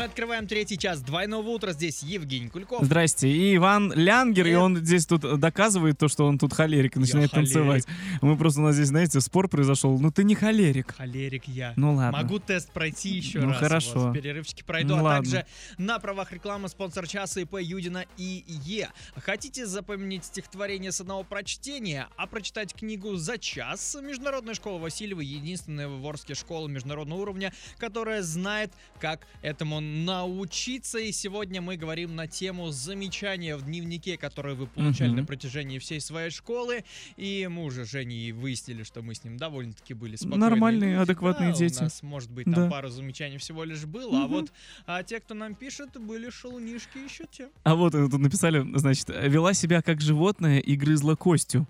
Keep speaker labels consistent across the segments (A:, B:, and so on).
A: открываем третий час двойного утра. Здесь Евгений Кульков.
B: Здрасте. И Иван Лянгер, и он здесь тут доказывает то, что он тут холерик, и начинает
A: холерик.
B: танцевать. Мы просто у нас здесь, знаете, спор произошел. Ну ты не холерик.
A: Холерик я.
B: Ну ладно.
A: Могу тест пройти еще
B: Ну,
A: раз.
B: хорошо.
A: вот, в перерывчике пройду.
B: Ну,
A: а
B: ладно.
A: также на правах рекламы спонсор часа ИП Юдина и Е. Хотите запомнить стихотворение с одного прочтения, а прочитать книгу за час? Международная школа Васильева единственная в Ворске школа международного уровня, которая знает, как этому научиться. И сегодня мы говорим на тему замечания в дневнике, которые вы получали
B: Мгм.
A: на протяжении всей своей школы. И мы уже с Женей выяснили, что мы с ним довольно-таки были спокойные
B: Нормальные,
A: люди.
B: адекватные
A: Да,
B: дети.
A: У нас, может быть, там
B: Да.
A: пару замечаний всего лишь было, а
B: Мгм.
A: вот а те, кто нам пишет, были шалунишки еще те.
B: А вот э, тут написали, значит, вела себя как животное и грызла костью.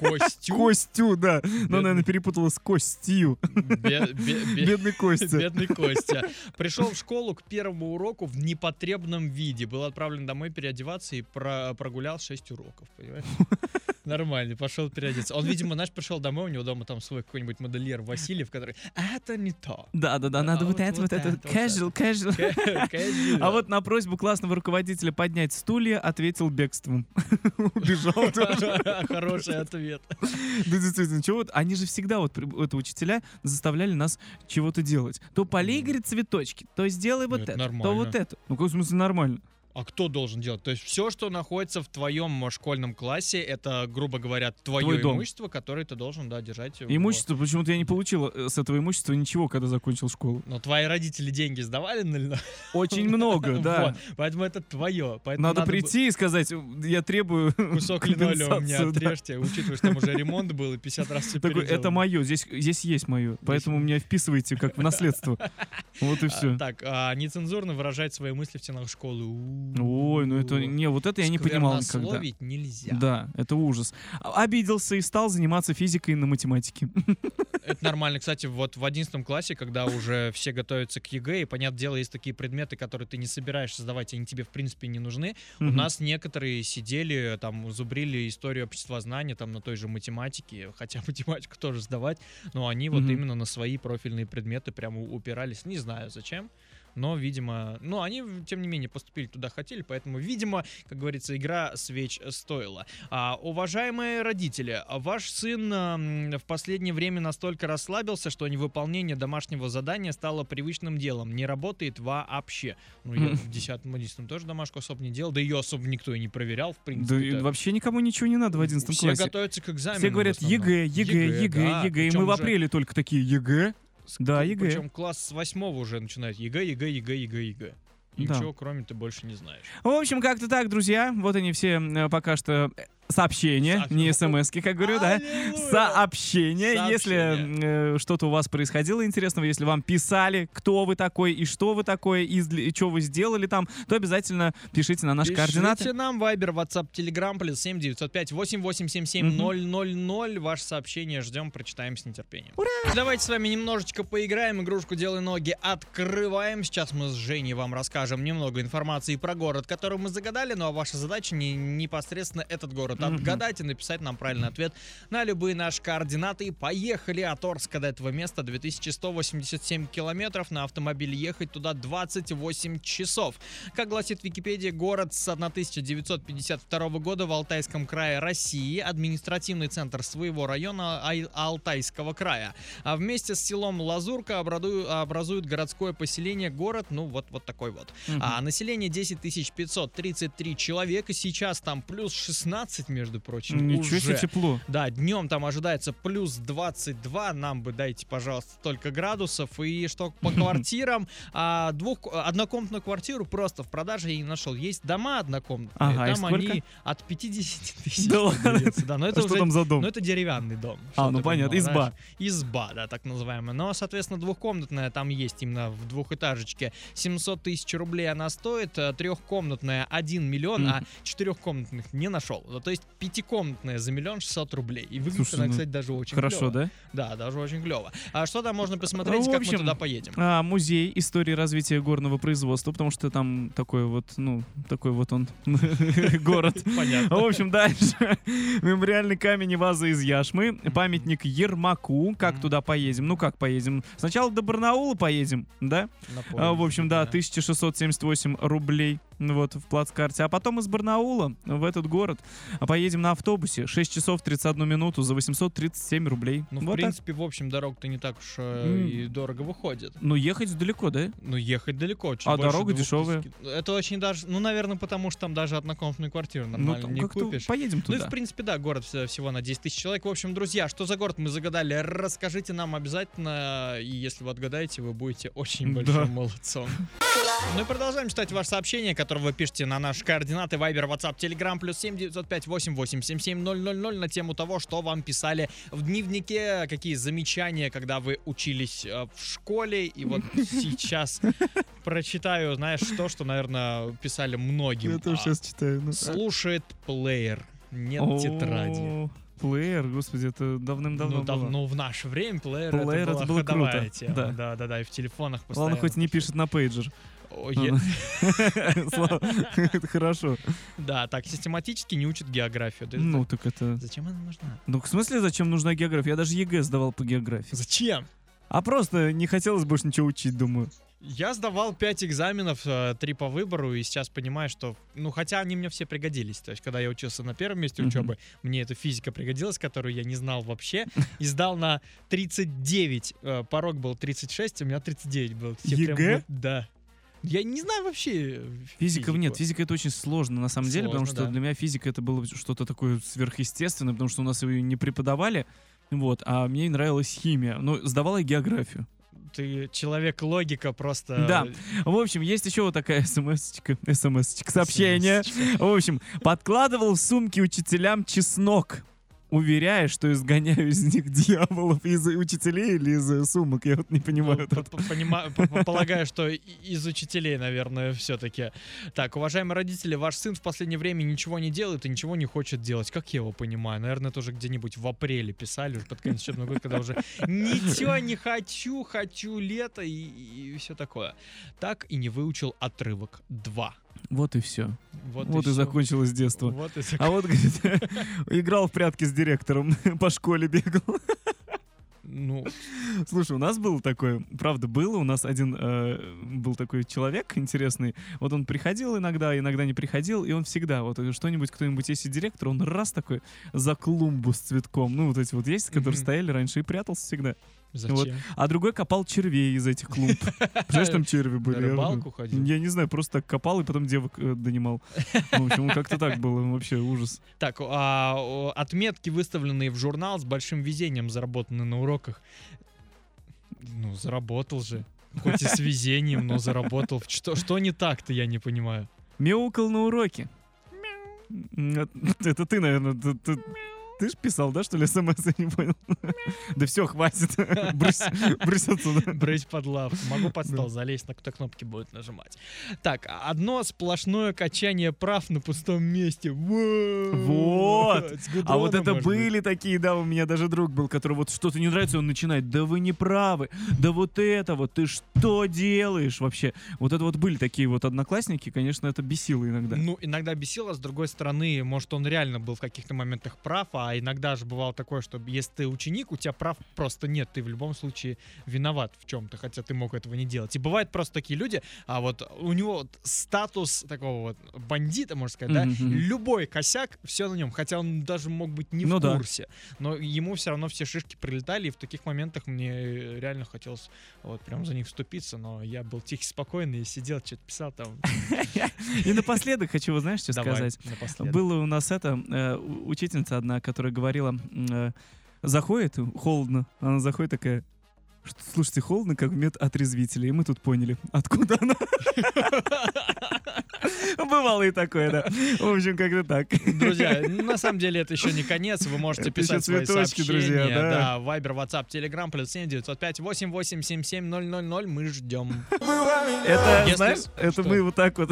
A: Костю.
B: Костью, да. Но, наверное, перепутала с костью.
A: Бе- бе- бе-
B: Бедный Костя.
A: Бедный Костя. Пришел в школу к первому уроку в непотребном виде. Был отправлен домой переодеваться и про- прогулял 6 уроков, понимаешь? Нормально, пошел переодеться. Он, видимо, наш пришел домой, у него дома там свой какой-нибудь модельер Васильев, который «это не то».
B: Да, да, да,
A: А
B: надо вот
A: вот-
B: это,
A: вот
B: вот это.
A: это, вот это.
B: Casual, casual. А вот на просьбу классного руководителя поднять стулья ответил бегством. Убежал тоже.
A: Хороший ответ.
B: Да действительно, чего вот, они же всегда вот, при- вот учителя заставляли нас чего-то делать. То полей,
A: Ну.
B: говорит, цветочки, то сделай вот
A: Ну, это
B: это, то
A: нормально.
B: вот это. Ну, в каком смысле нормально?
A: А кто должен делать? То есть все, что находится в твоем школьном классе, это, грубо говоря, твое
B: Твой дом.
A: имущество, которое ты должен, да, держать. в-
B: Имущество, почему-то я не получила э, с этого имущества ничего, когда закончил школу.
A: Но твои родители деньги сдавали на льна?
B: Очень много, да.
A: Вот, Поэтому это твое. Поэтому
B: Надо
A: бы
B: прийти и сказать, я требую
A: Кусок линолеума мне
B: компенсацию, да.
A: отрежьте, учитывая, что там уже ремонт был и 50 раз все
B: Такой, это
A: переделано.
B: мое, здесь, здесь есть мое, поэтому меня вписывайте как в наследство. Вот и
A: А,
B: все.
A: Так, а, нецензурно выражать свои мысли в стенах школы. У-у-у.
B: Ой, ну это, не, вот это я не понимал никогда.
A: Сквернословить нельзя.
B: Да, это ужас. А- Обиделся и стал заниматься физикой на математике.
A: Это нормально, кстати, вот в 11 классе, когда уже все готовятся к ЕГЭ, и, понятное дело, есть такие предметы, которые ты не собираешься сдавать, и они тебе, в принципе, не нужны. У
B: Мгм.
A: нас некоторые сидели, там, зубрили историю общества знания, там, на той же математике, хотя математику тоже сдавать, но они вот
B: Мгм.
A: именно на свои профильные предметы прямо у- упирались. Не знаю, зачем. Но, видимо, ну, они, тем не менее, поступили туда хотели, поэтому, видимо, как говорится, игра свеч стоила. А, уважаемые родители, а ваш сын а, м, в последнее время настолько расслабился, что невыполнение домашнего задания стало привычным делом. Не работает вообще. Ну, я
B: Мгм.
A: в 10 11 тоже домашку особо не делал, да ее особо никто и не проверял, в
B: Да и
A: принципе.
B: вообще никому ничего не надо в 11
A: Все
B: классе.
A: готовятся к экзаменам.
B: Все говорят
A: в основном.
B: ЕГЭ, ЕГЭ,
A: да,
B: ЕГЭ, ЕГЭ. И
A: причем
B: мы в
A: уже-
B: апреле только такие ЕГЭ.
A: С-
B: Да,
A: к-
B: ЕГЭ.
A: Причем класс с восьмого уже начинает ЕГЭ, ЕГЭ, ЕГЭ, ЕГЭ, ЕГЭ. И
B: Да.
A: Ничего, кроме ты больше не знаешь.
B: В общем, как-то так, друзья. Вот они все э, пока что э, сообщения,
A: Сообщ-
B: не смс как говорю, да.
A: Аллилуйя!
B: Сообщения.
A: Сообщения.
B: Если э, что-то у вас происходило интересного, если вам писали, кто вы такой и что вы такое, и, зли- и что вы сделали там, то обязательно пишите на наши
A: Пишите
B: координаты.
A: нам Viber, WhatsApp, Telegram, плюс 7 905 8877 000. Ваше сообщение ждем, прочитаем с нетерпением. Давайте с вами немножечко поиграем. Игрушку «Делай ноги» открываем. Сейчас мы с Женей вам расскажем немного информации про город, который мы загадали. Ну а ваша задача не, непосредственно этот город
B: Мгм.
A: отгадать и написать нам правильный ответ на любые наши координаты. И Поехали от Орска до этого места 2187 километров. На автомобиле ехать туда 28 часов. Как гласит Википедия, город с 1952 года в Алтайском крае России, административный центр своего района Ай- Алтайского края. А вместе с селом Лазурка обраду- образует городское поселение город, ну вот, вот такой вот.
B: Мгм.
A: А население 10 533 человека, сейчас там плюс 16, между прочим,
B: Ничего себе
A: уже.
B: тепло.
A: Да, днем там ожидается плюс 22. Нам бы дайте, пожалуйста, столько градусов. И что по квартирам, а, двух, однокомнатную квартиру просто в продаже я не нашел. Есть дома однокомнатные.
B: Ага, и
A: там
B: сколько?
A: они от 50 тысяч.
B: Да ладно? А
A: продаются, Да, но это
B: что
A: уже
B: там за дом?
A: ну, это деревянный дом.
B: А,
A: чтоб
B: ну
A: ты
B: понятно,
A: понимал,
B: изба.
A: знаешь. Изба, да, так называемая. Но, соответственно, двухкомнатная там есть именно в двухэтажечке. 700 тысяч рублей она стоит, э, трехкомнатная 1 миллион, а четырехкомнатных не нашел. Зато есть пятикомнатная за миллион шестьсот рублей. И выглядит
B: Слушай,
A: она,
B: ну,
A: кстати, даже очень
B: Хорошо, да?
A: да? Да, даже очень клево. А что там можно посмотреть,
B: Ну, в
A: как мы
B: общем,
A: туда поедем?
B: А, музей истории развития горного производства, потому что там такой вот, ну, такой вот он город.
A: Понятно.
B: В общем, дальше. Мемориальный камень и ваза из Яшмы. Памятник Ермаку. Как
A: Мгм.
B: туда поедем? Ну, как поедем? Сначала до Барнаула поедем, да?
A: На
B: А,
A: поезде,
B: В общем, да, 1678 рублей ну, вот в плацкарте. А потом из Барнаула в этот город а поедем на автобусе. 6 часов 31 минуту за 837 рублей.
A: Ну, в
B: Вот так.
A: принципе, в общем, дорог-то не так уж э,
B: М.
A: и дорого выходит.
B: Ну, ехать далеко, да?
A: Ну, ехать далеко. чуть
B: А
A: больше
B: дорога
A: двух
B: дешевая?
A: тысяч. Это очень даже... Ну, наверное, потому что там даже однокомнатную квартиру нормально
B: Ну, там
A: не
B: как-то
A: купишь.
B: Поедем
A: Ну и,
B: туда.
A: в принципе, да, город вс- всего на 10 тысяч человек. В общем, друзья, что за город мы загадали, расскажите нам обязательно. И если вы отгадаете, вы будете очень
B: Да.
A: большим молодцом. Ну и продолжаем читать ваше сообщение, которое вы пишете на наши координаты Viber, WhatsApp, Telegram, плюс 7 905 8877 000 на тему того, что вам писали в дневнике, какие замечания, когда вы учились э, в школе. И вот сейчас прочитаю, знаешь, то, что, наверное, писали многим. А,
B: читаю.
A: Слушает плеер, нет тетради.
B: Плеер, господи, это давным-давно
A: ну,
B: было.
A: давно в наше время плеер, это,
B: Плеер это
A: была
B: было круто,
A: ходовая тема.
B: да.
A: да, да, да, и в телефонах постоянно.
B: Ладно, хоть не пишет на пейджер.
A: О, е-
B: Слава- Это хорошо.
A: Да, так систематически не учат географию. Ты-
B: Ну, так это...
A: Зачем она нужна?
B: Ну, в смысле, зачем нужна география? Я даже ЕГЭ сдавал по географии.
A: Зачем?
B: А просто не хотелось больше ничего учить, думаю.
A: Я сдавал 5 экзаменов, э, три по выбору, и сейчас понимаю, что... Ну, хотя они мне все пригодились. То есть, когда я учился на первом месте
B: Мгм.
A: учебы, мне эта физика пригодилась, которую я не знал вообще. И сдал на 39. э, Порог был 36, у меня 39 был. Все прям
B: ЕГЭ?
A: вот- Да. Я не знаю вообще э,
B: Физика,
A: физику.
B: нет, физика это очень сложно на самом деле, потому
A: Сложно,
B: что
A: да.
B: для меня физика это было что-то такое сверхъестественное, потому что у нас ее не преподавали. Вот, а мне нравилась химия. Ну, сдавала я географию.
A: Ты человек логика просто.
B: Да, В общем, есть еще вот такая смс-очка, смс-очка, сообщение. В общем, подкладывал в сумки учителям чеснок, уверяя, что изгоняю из них дьяволов из учителей или из э, сумок. Я вот не
A: Ну,
B: понимаю. вот
A: п-
B: это.
A: п- понима- п- п- Полагаю, что и- из учителей, наверное, все-таки. Так, уважаемые родители, ваш сын в последнее время ничего не делает и ничего не хочет делать. Как я его понимаю? Наверное, это уже где-нибудь в апреле писали, уже под конец учебного года, когда уже ничего не хочу, хочу лето и, все такое. Так и не выучил отрывок 2.
B: Вот и все.
A: Вот,
B: Вот и
A: всё.
B: закончилось детство.
A: Вот и зак-
B: А вот, говорит, играл в прятки с директором, по школе бегал.
A: Ну,
B: Слушай, у нас было такое, правда, было. У нас один э, был такой человек интересный. Вот он приходил иногда, иногда не приходил, и он всегда вот э, что-нибудь, кто-нибудь есть и директор, он раз такой за клумбу с цветком. Ну, вот эти вот есть, которые
A: Мгм.
B: стояли раньше и прятался всегда.
A: зачем?
B: А другой копал червей из этих клумб. Представляешь, там черви
A: На
B: были. Я
A: рыбалку
B: говорю,
A: ходил.
B: Я не знаю, просто так копал и потом девок э, донимал. Ну, В общем, как-то так было, вообще ужас.
A: Так, а, о, отметки, выставленные в журнал, с большим везением заработаны на уроках. Ну, заработал же. Хоть и с везением, но заработал. Что, что не так-то, я не понимаю.
B: Мяукал на уроке. М, Это ты, наверное, ты, ты, ты ж писал, да, что ли, смс, я не понял. Да все, хватит. Брысь брысь отсюда.
A: Брысь под лавку. Могу под стол залезть, на кто кнопки будет нажимать. Так, одно сплошное качание прав на пустом месте.
B: Вот.
A: С гудрона,
B: А вот это
A: может быть.
B: были такие, да, у меня даже друг был, который вот что-то не нравится, он начинает, да вы не правы, да вот это вот, ты что делаешь вообще? Вот это вот были такие вот одноклассники, конечно, это бесило иногда.
A: Ну, иногда бесило, с другой стороны, может, он реально был в каких-то моментах прав, а иногда же бывало такое, что если ты ученик, у тебя прав просто нет, ты в любом случае виноват в чем-то, хотя ты мог этого не делать. И бывают просто такие люди, а вот у него вот статус такого вот бандита, можно сказать, да,
B: Мгм, мгм.
A: любой косяк, все на нем, хотя он даже мог быть не
B: Ну
A: в
B: да.
A: курсе, но ему все равно все шишки прилетали, и в таких моментах мне реально хотелось вот прям за них вступиться, но я был тихий, спокойный, и сидел, что-то писал там.
B: И напоследок хочу, вот знаешь, что
A: Давай,
B: сказать?
A: напоследок.
B: Было у нас это, э, у- учительница одна, которая говорила, м, э, заходит, холодно, она заходит такая, «Что, слушайте, холодно, как в медотрезвителе, и мы тут поняли, откуда она. Бывало и такое, да. В общем, как-то так.
A: Друзья, ну, на самом деле это еще не конец. Вы можете
B: Это
A: писать
B: еще
A: свои
B: цветочки,
A: сообщения.
B: друзья, да.
A: да, Viber, WhatsApp, Telegram, плюс 7 905 8877 000. Мы ждем.
B: Это,
A: Если-
B: знаешь, это
A: что?
B: мы вот так вот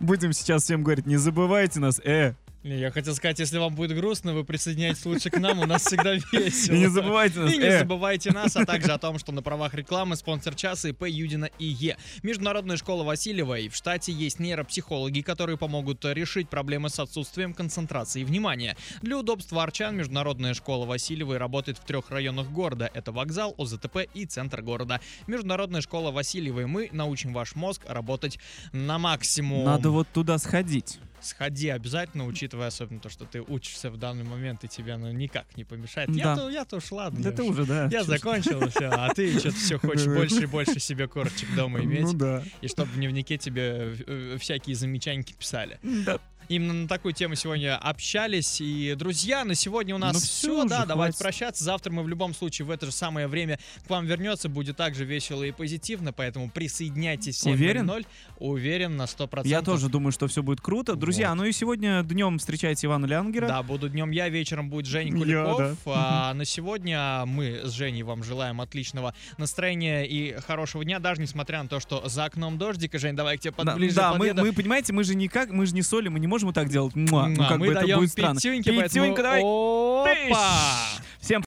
B: будем сейчас всем говорить, не забывайте нас, э,
A: Не, Я хотел сказать, если вам будет грустно, вы присоединяйтесь лучше к нам, у нас всегда весело.
B: И не забывайте нас.
A: И не
B: э,
A: забывайте нас, а также о том, что на правах рекламы спонсор часа ИП Юдина и Е. Международная школа Васильева и в штате есть нейропсихологи, которые помогут решить проблемы с отсутствием концентрации и внимания. Для удобства арчан Международная школа Васильевой работает в трех районах города. Это вокзал, ОЗТП и центр города. Международная школа Васильевой. Мы научим ваш мозг работать на максимум.
B: Надо вот туда сходить.
A: Сходи обязательно, учитывая особенно то, что ты учишься в данный момент, и тебе оно никак не помешает.
B: Да.
A: Я-то, я-то уж ладно.
B: Да
A: я
B: ты
A: уж-
B: уже, да.
A: я
B: чё ж.
A: закончил, все, а ты что-то все хочешь
B: Да.
A: больше и больше себе корочек дома
B: Ну
A: иметь.
B: да.
A: И чтобы в дневнике тебе э, всякие замечаньки писали.
B: Да.
A: Именно на такую тему сегодня общались. И, друзья, на сегодня у нас
B: Ну всё
A: все.
B: уже,
A: Да, давайте
B: хватит.
A: прощаться. Завтра мы в любом случае в это же самое время к вам вернется. Будет также весело и позитивно. Поэтому присоединяйтесь в 7.00.
B: Уверен?
A: Уверен на 100%.
B: Я тоже думаю, что все будет круто. Друзья,
A: Вот.
B: ну и сегодня днем встречайте Ивана Лянгера.
A: Да, буду днем я, вечером будет Женя
B: Я,
A: Куликов.
B: да.
A: А на сегодня мы с Женей вам желаем отличного настроения и хорошего дня, даже несмотря на то, что за окном дождик. И, Жень, давай к тебе
B: Да,
A: подближе
B: да, мы,
A: подъеду.
B: мы, понимаете, мы же никак, мы же не солим, мы не можем вот так делать. Муа. Ну,
A: Ма,
B: как
A: А, мы
B: бы это
A: даем
B: будет странно.
A: пятюньки, поэтому
B: Пятюнька, давай.
A: Опа!
B: Всем